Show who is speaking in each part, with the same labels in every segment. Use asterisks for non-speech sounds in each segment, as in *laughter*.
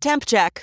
Speaker 1: Temp check.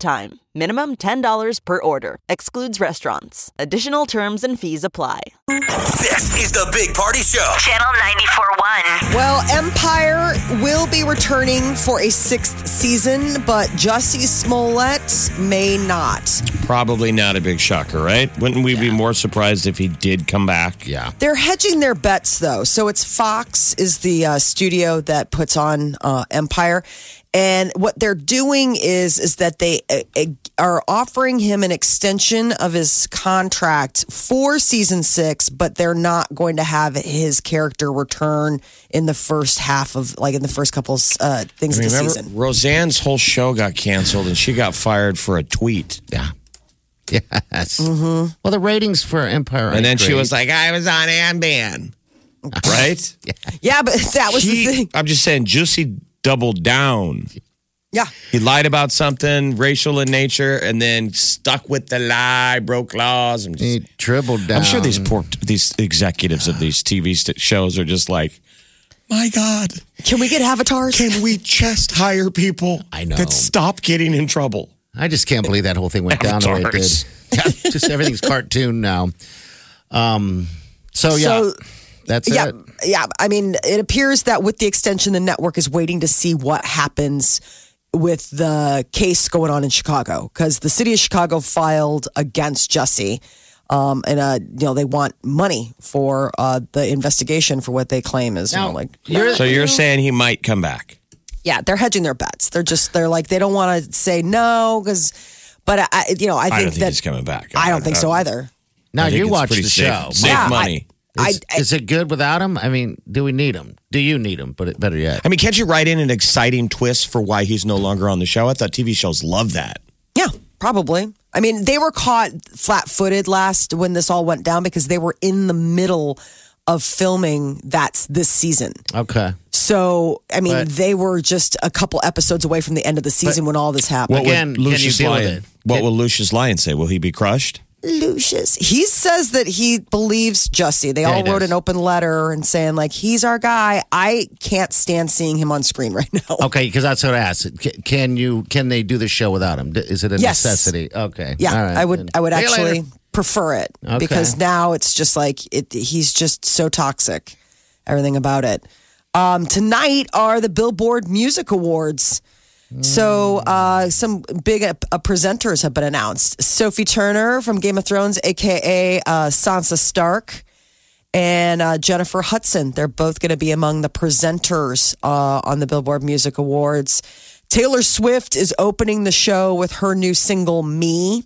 Speaker 1: time. Minimum $10 per order. Excludes restaurants. Additional terms and fees apply.
Speaker 2: This is the Big Party Show.
Speaker 3: Channel 94.1.
Speaker 4: Well, Empire will be returning for a sixth season, but Jussie Smollett may not.
Speaker 5: Probably not a big shocker, right? Wouldn't we be more surprised if he did come back?
Speaker 6: Yeah.
Speaker 4: They're hedging their bets, though. So it's Fox is the uh, studio that puts on uh, Empire, and what they're doing is is that they uh, uh, are offering him an extension of his contract for season six, but they're not going to have his character return in the first half of like in the first couple uh, things of the
Speaker 5: Remember,
Speaker 4: season.
Speaker 5: Roseanne's whole show got canceled and she got fired for a tweet.
Speaker 6: Yeah. *laughs* Yes. Mm-hmm. Well, the ratings for Empire,
Speaker 5: And then she was
Speaker 6: like,
Speaker 5: like, I was on Amban.
Speaker 4: *laughs*
Speaker 5: Right?
Speaker 4: Yeah, but that was
Speaker 5: He-
Speaker 4: the thing.
Speaker 5: I'm just saying, Juicy doubled down.
Speaker 4: Yeah.
Speaker 5: He lied about something racial in nature and then stuck with the lie, broke laws. I'm, just,
Speaker 6: he dribbled down.
Speaker 5: I'm sure these poor, these executives of these TV st- shows are just like, my God,
Speaker 4: Can we get avatars?
Speaker 5: can we just hire *laughs* people
Speaker 6: I know.
Speaker 5: that stop getting in trouble?
Speaker 6: I just can't believe that whole thing went down the way it
Speaker 5: *laughs*
Speaker 6: did.
Speaker 5: Avatars.
Speaker 6: Yeah,
Speaker 5: *laughs*
Speaker 6: just everything's cartoon now. Um, so yeah,
Speaker 4: So-
Speaker 6: that's
Speaker 4: yeah,
Speaker 6: it.
Speaker 4: yeah. I mean, it appears that with the extension, the network is waiting to see what happens with the case going on in Chicago because the city of Chicago filed against Jesse, um, and uh, you know they want money for uh, the investigation for what they claim is you know,
Speaker 6: Now,
Speaker 4: like
Speaker 6: you're-
Speaker 5: So you're saying he might come back?
Speaker 4: yeah, they're hedging their bets. They're just they're like they don't want to say no because, but I- I you know I think
Speaker 5: I, don't think
Speaker 4: that
Speaker 5: he's coming back.
Speaker 4: I don't think so either.
Speaker 6: now
Speaker 5: I think
Speaker 6: you
Speaker 5: it's
Speaker 6: watch
Speaker 5: pretty
Speaker 6: the
Speaker 5: safe-
Speaker 6: show.
Speaker 5: Safe
Speaker 4: Yeah, I-
Speaker 5: money.
Speaker 4: I,
Speaker 6: Is, is it good without him? I mean, do we need him? Do you need him? But it, better yet,
Speaker 5: I mean, can't you write in an exciting twist for why he's no longer on the show? I thought TV shows love that.
Speaker 4: Yeah, probably. I mean, they were caught flat footed last when this all went down because they were in the middle of filming that's this season.
Speaker 6: okay.
Speaker 4: So, I mean,
Speaker 6: But-
Speaker 4: they were just a couple episodes away from the end of the season when all this happened.
Speaker 6: What Again,
Speaker 5: would
Speaker 6: can you
Speaker 5: Lucius
Speaker 6: deal with
Speaker 5: Lyon-
Speaker 6: it?
Speaker 5: What
Speaker 6: Can-
Speaker 5: will Lucius Lyon say? Will he be crushed?
Speaker 4: Lucius, he says that he believes Jussie. They
Speaker 6: Yeah,
Speaker 4: all
Speaker 6: he
Speaker 4: wrote
Speaker 6: does.
Speaker 4: an open letter and saying like he's our guy. I can't stand seeing him on screen *laughs* right now.
Speaker 6: Okay, because that's what I asked. C- Can you? Can they do the show without him? D- Is it a
Speaker 4: Yes.
Speaker 6: necessity? Okay.
Speaker 4: Yeah,
Speaker 6: All right,
Speaker 4: I would.
Speaker 6: then.
Speaker 4: I would
Speaker 6: See you
Speaker 4: actually
Speaker 6: later.
Speaker 4: prefer it
Speaker 6: Okay.
Speaker 4: because now it's just like it, he's just so toxic. Everything about it. Um, tonight are the Billboard Music Awards. So uh, some big uh, uh, presenters have been announced. Sophie Turner from Game of Thrones, aka uh, Sansa Stark, and uh, Jennifer Hudson. They're both going to be among the presenters uh, on the Billboard Music Awards. Taylor Swift is opening the show with her new single "Me."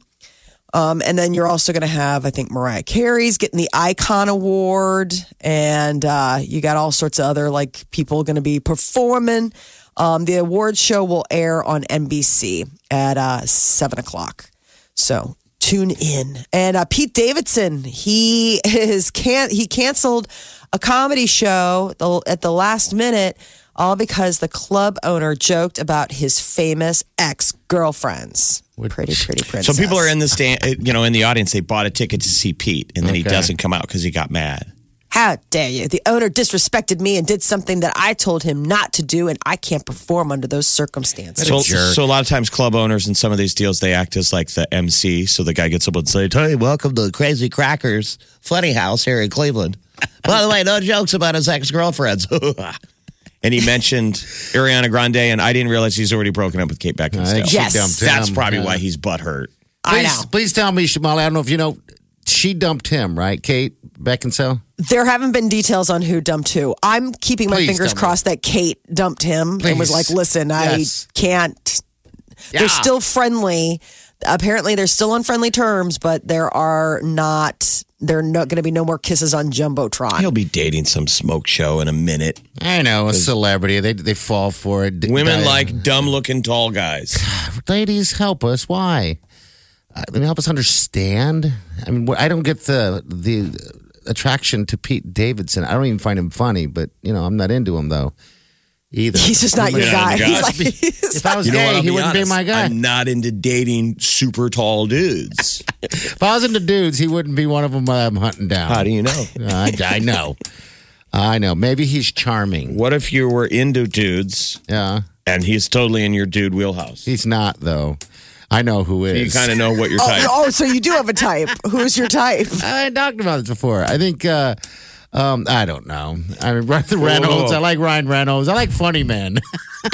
Speaker 4: Um, and then you're also going to have, I think, Mariah Carey's getting the Icon Award, and uh, you got all sorts of other like people going to be performing. Um, the award show will air on NBC at uh, seven o'clock, so tune in. And uh, Pete Davidson, he *laughs* is can he canceled a comedy show the- at the last minute, all because the club owner joked about his famous ex girlfriends. Pretty, pretty, pretty.
Speaker 5: So people are in the stand, you know, in the audience. They bought a ticket to see Pete, and then he
Speaker 6: Okay.
Speaker 5: doesn't come out because he got mad.
Speaker 4: How dare you? The owner disrespected me and did something that I told him not to do, and I can't perform under those circumstances.
Speaker 5: So,
Speaker 6: jerk.
Speaker 5: so a lot of times, club owners in some of these deals, they act as like the MC. So the guy gets up and says, "Hey, welcome to Crazy Crackers Funny House here in Cleveland." By the way, no jokes about his ex girlfriends. *laughs* and he mentioned Ariana Grande, and I didn't realize he's already broken up with Kate
Speaker 6: I think
Speaker 5: Beckinsale.
Speaker 6: she
Speaker 4: Yes.
Speaker 6: dumped
Speaker 5: That's
Speaker 6: him.
Speaker 5: probably
Speaker 6: Yeah.
Speaker 5: why he's butthurt.
Speaker 4: I
Speaker 6: Please,
Speaker 4: know.
Speaker 6: please tell me, Shamali. I don't know if you know. She dumped him, right? Kate Beckinsale.
Speaker 4: There haven't been details on who dumped who. I'm keeping my
Speaker 6: Please
Speaker 4: fingers
Speaker 6: tell me.
Speaker 4: crossed that Kate dumped him and was like,
Speaker 6: Please.
Speaker 4: listen,
Speaker 6: Yes.
Speaker 4: I can't. They're
Speaker 6: Yeah.
Speaker 4: still friendly. Apparently, they're still on friendly terms, but there are not. There are not going to be no more kisses on jumbotron.
Speaker 5: He'll be dating some smoke show in a minute.
Speaker 6: I know a celebrity. They they fall for it. D-
Speaker 5: Women
Speaker 6: guys-
Speaker 5: like dumb looking tall guys.
Speaker 6: ladies, help us. Why? Uh, I mean, help us understand. I mean, wh- I don't get the the attraction to Pete Davidson. I don't even find him funny, but you know, I'm not into him though. Either
Speaker 4: He's just not your
Speaker 5: Yeah,
Speaker 4: guy. *laughs*
Speaker 5: the
Speaker 4: He's
Speaker 5: guy.
Speaker 4: like,
Speaker 6: *laughs*
Speaker 4: he's
Speaker 6: If I was
Speaker 5: You know what?
Speaker 6: gay,
Speaker 5: I'll
Speaker 6: he wouldn't be
Speaker 5: honest.
Speaker 6: my guy.
Speaker 5: I'm not into dating super tall dudes.
Speaker 6: If I was into dudes, he wouldn't be one of them I'm hunting down. Uh,
Speaker 5: How do you know?
Speaker 6: I, I know. I know. Maybe he's charming.
Speaker 5: What if you were into dudes
Speaker 6: Yeah,
Speaker 5: and he's totally in your dude wheelhouse?
Speaker 6: he's not though. I know who
Speaker 5: You
Speaker 6: is.
Speaker 5: kind of know what your type.
Speaker 4: Oh, oh, so you do have a type. Who's your type?
Speaker 6: I talked about this before. I think. Uh, um, I don't know. I mean, *laughs* Ryan Reynolds.
Speaker 5: Whoa.
Speaker 6: I like Ryan Reynolds. I like funny men.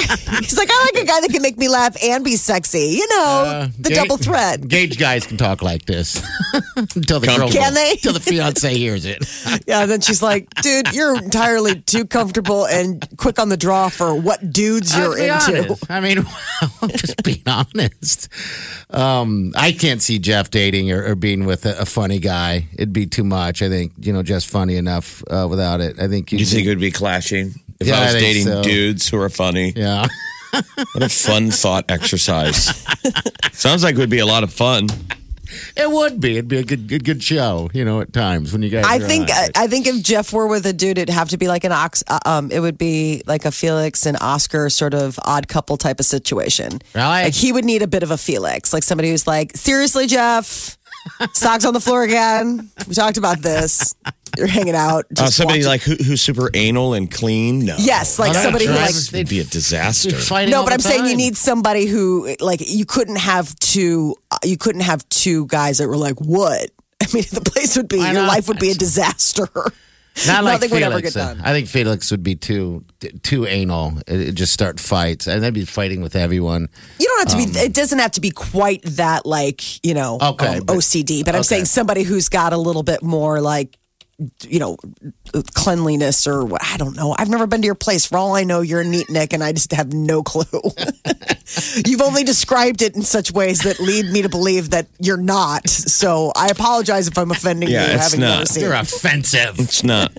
Speaker 4: He's like, I like a guy that can make me laugh and be sexy. You know, *laughs* the
Speaker 6: Ga-
Speaker 4: double threat.
Speaker 6: Gauge guys can talk like this
Speaker 4: *laughs*
Speaker 6: until the girl,
Speaker 4: Can they?
Speaker 6: Until the
Speaker 4: *laughs*
Speaker 6: fiance hears it.
Speaker 4: Yeah, then she's like, dude, you're entirely too comfortable and quick on the draw for what dudes you're
Speaker 6: Let's be
Speaker 4: into.
Speaker 6: honest. I mean, *laughs* I'm just being honest. Um, I can't see Jeff dating or, or being with a, a funny guy. It'd be too much. I think you know Jeff's funny enough uh, without it. I think
Speaker 5: you think it would be clashing? If
Speaker 6: Yeah,
Speaker 5: I was
Speaker 6: I think
Speaker 5: dating
Speaker 6: so.
Speaker 5: dudes who are funny,
Speaker 6: Yeah.
Speaker 5: what a fun thought exercise. Sounds like it would be a lot of fun.
Speaker 6: It would be. It'd be a good, good, good show. You know, at times when you guys.
Speaker 4: I
Speaker 6: are
Speaker 4: think uh,
Speaker 6: on.
Speaker 4: I, I think if Jeff were with a dude, it'd have to be like an ox. uh, Um, it would be like a Felix and Oscar sort of odd couple type of situation.
Speaker 6: Really?
Speaker 4: Like he would need a bit of a Felix, like somebody who's like, seriously, Jeff, socks on the floor again. We talked about this. You're hanging out.
Speaker 5: Uh,
Speaker 4: Just
Speaker 5: somebody
Speaker 4: watching-
Speaker 5: like Oh, who, who's super anal and clean. No.
Speaker 4: yes, like
Speaker 6: Well,
Speaker 4: somebody who like
Speaker 6: drives-
Speaker 5: would be a disaster.
Speaker 6: Fighting
Speaker 4: No,
Speaker 6: all
Speaker 4: but
Speaker 6: the
Speaker 4: I'm saying you
Speaker 6: time.
Speaker 4: need somebody who like you couldn't have two uh, you couldn't have two guys that were like what? *laughs* I mean, the place would be
Speaker 6: Why
Speaker 4: your
Speaker 6: not?
Speaker 4: life would be a disaster.
Speaker 6: Not like
Speaker 4: Nothing would
Speaker 6: Felix.
Speaker 4: ever get
Speaker 6: uh,
Speaker 4: done.
Speaker 6: I think Felix would be too too anal. It, it'd just start fights, and they'd be fighting with everyone.
Speaker 4: You don't have to be. It doesn't have to be quite that like you know
Speaker 6: Um, Okay,
Speaker 4: um,
Speaker 6: but-
Speaker 4: OCD. But I'm saying somebody who's got a little bit more like you know cleanliness or what I don't know. I've never been to your place. For all I know, you're a neat Nick, and I just have no *laughs* clue. You've only described it in such ways that lead me to believe that you're not. So I apologize if I'm offending
Speaker 5: Yeah,
Speaker 4: you.
Speaker 5: it's
Speaker 4: having
Speaker 5: not.
Speaker 4: never seen
Speaker 6: You're
Speaker 4: it. *laughs*
Speaker 6: offensive.
Speaker 5: It's not.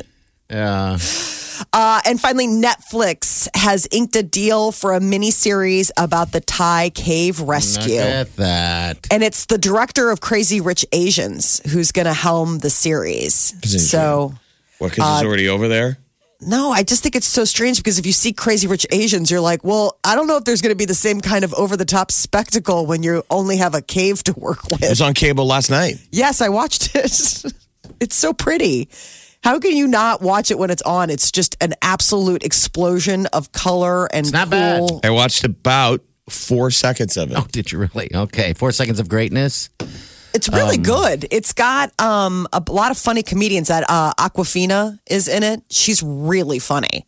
Speaker 6: Yeah.
Speaker 4: Uh, and finally, Netflix has inked a deal for a miniseries about the Thai cave rescue.
Speaker 6: Look at that.
Speaker 4: and it's the director of Crazy Rich Asians who's going to helm the series. So,
Speaker 5: What? Because he's already over there.
Speaker 4: no, I just think it's so strange because if you see Crazy Rich Asians, you're like, well, I don't know if there's going to be the same kind of over the top spectacle when you only have a cave to work
Speaker 5: It
Speaker 4: with.
Speaker 5: was on cable last night.
Speaker 4: Yes, I watched it. *laughs* it's so pretty. How can you not watch it when it's on? It's just an absolute explosion of color and
Speaker 6: not bad.
Speaker 4: cool.
Speaker 5: I watched about four seconds of it.
Speaker 6: Oh, did you really? Okay. Four seconds of greatness.
Speaker 4: It's really
Speaker 5: Um,
Speaker 4: good. It's got um, a lot of funny comedians. That uh, Aquafina is in it. She's really funny.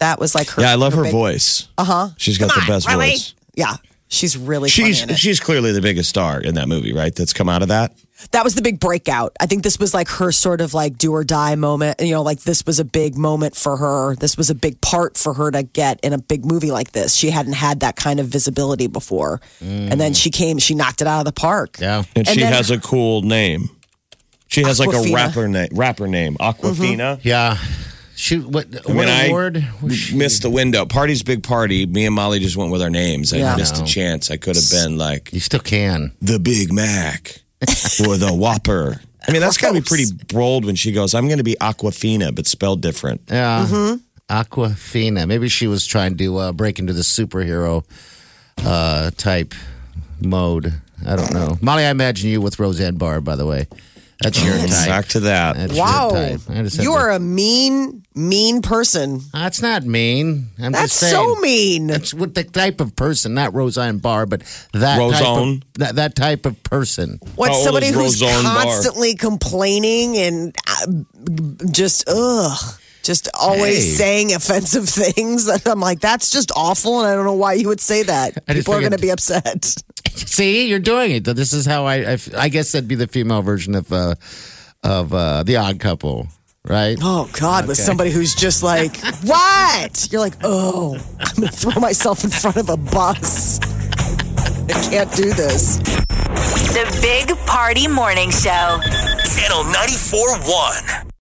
Speaker 4: That was like her.
Speaker 5: yeah, I love her
Speaker 4: big-
Speaker 5: voice. Uh huh. She's got the best voice.
Speaker 4: Yeah, she's really
Speaker 5: She's
Speaker 4: funny. In it.
Speaker 5: she's clearly the biggest star in that movie, right? That's come out of that.
Speaker 4: That was the big breakout. I think this was like her sort of like do or die moment. You know, like this was a big moment for her. This was a big part for her to get in a big movie like this. She hadn't had that kind of visibility before, and
Speaker 5: Mm.
Speaker 4: then she came. She knocked it out of the park.
Speaker 6: Yeah.
Speaker 4: And
Speaker 5: And, she
Speaker 4: then-
Speaker 5: has a cool name. She has like a
Speaker 4: Aquafina.
Speaker 5: rapper name, rapper name, Aquafina.
Speaker 6: Yeah. Shoot. What, Mm-hmm. what
Speaker 5: when I-
Speaker 6: award? was she-
Speaker 5: Missed the window. Party's big party. Me and Molly just went with our names. I
Speaker 4: Yeah.
Speaker 5: missed a chance. I could have been like
Speaker 6: You still can.
Speaker 5: the Big Mac or the Whopper. I mean, that's got to be pretty bold when she goes, I'm going to be Aquafina, but spelled different.
Speaker 6: Yeah. Aquafina. Maybe she was trying to uh, break into the superhero uh, type mode. I don't know. Molly, I imagine you with Roseanne Barr, by the way. That's your type.
Speaker 5: Back to that.
Speaker 6: That's
Speaker 4: Wow,
Speaker 6: your type. I just had
Speaker 4: you
Speaker 6: to-
Speaker 4: are a mean, mean person.
Speaker 6: That's not mean. I'm
Speaker 4: That's
Speaker 6: just saying.
Speaker 4: so mean.
Speaker 6: That's what the type of person, not Roseanne Barr, but that
Speaker 5: Roseanne?
Speaker 6: type of, that, that type of person.
Speaker 4: What
Speaker 5: How old
Speaker 4: somebody
Speaker 5: is
Speaker 4: who's
Speaker 5: Roseanne Barr?
Speaker 4: constantly complaining and uh, just ugh, just always
Speaker 6: Hey.
Speaker 4: saying offensive *laughs* things. And I'm like, that's just awful, and I don't know why you would say that.
Speaker 6: I just
Speaker 4: People are going to
Speaker 6: think it-
Speaker 4: be
Speaker 6: *laughs*
Speaker 4: upset.
Speaker 6: See, you're doing it. This is how I. I, f- I guess that'd be the female version of uh, of uh, the Odd Couple, right?
Speaker 4: Oh God, with somebody who's just
Speaker 6: *laughs*
Speaker 4: like, what? You're like, oh, I'm going to throw myself in front of a bus. I can't do this.
Speaker 3: The Big Party Morning Show.
Speaker 2: Channel 94 1.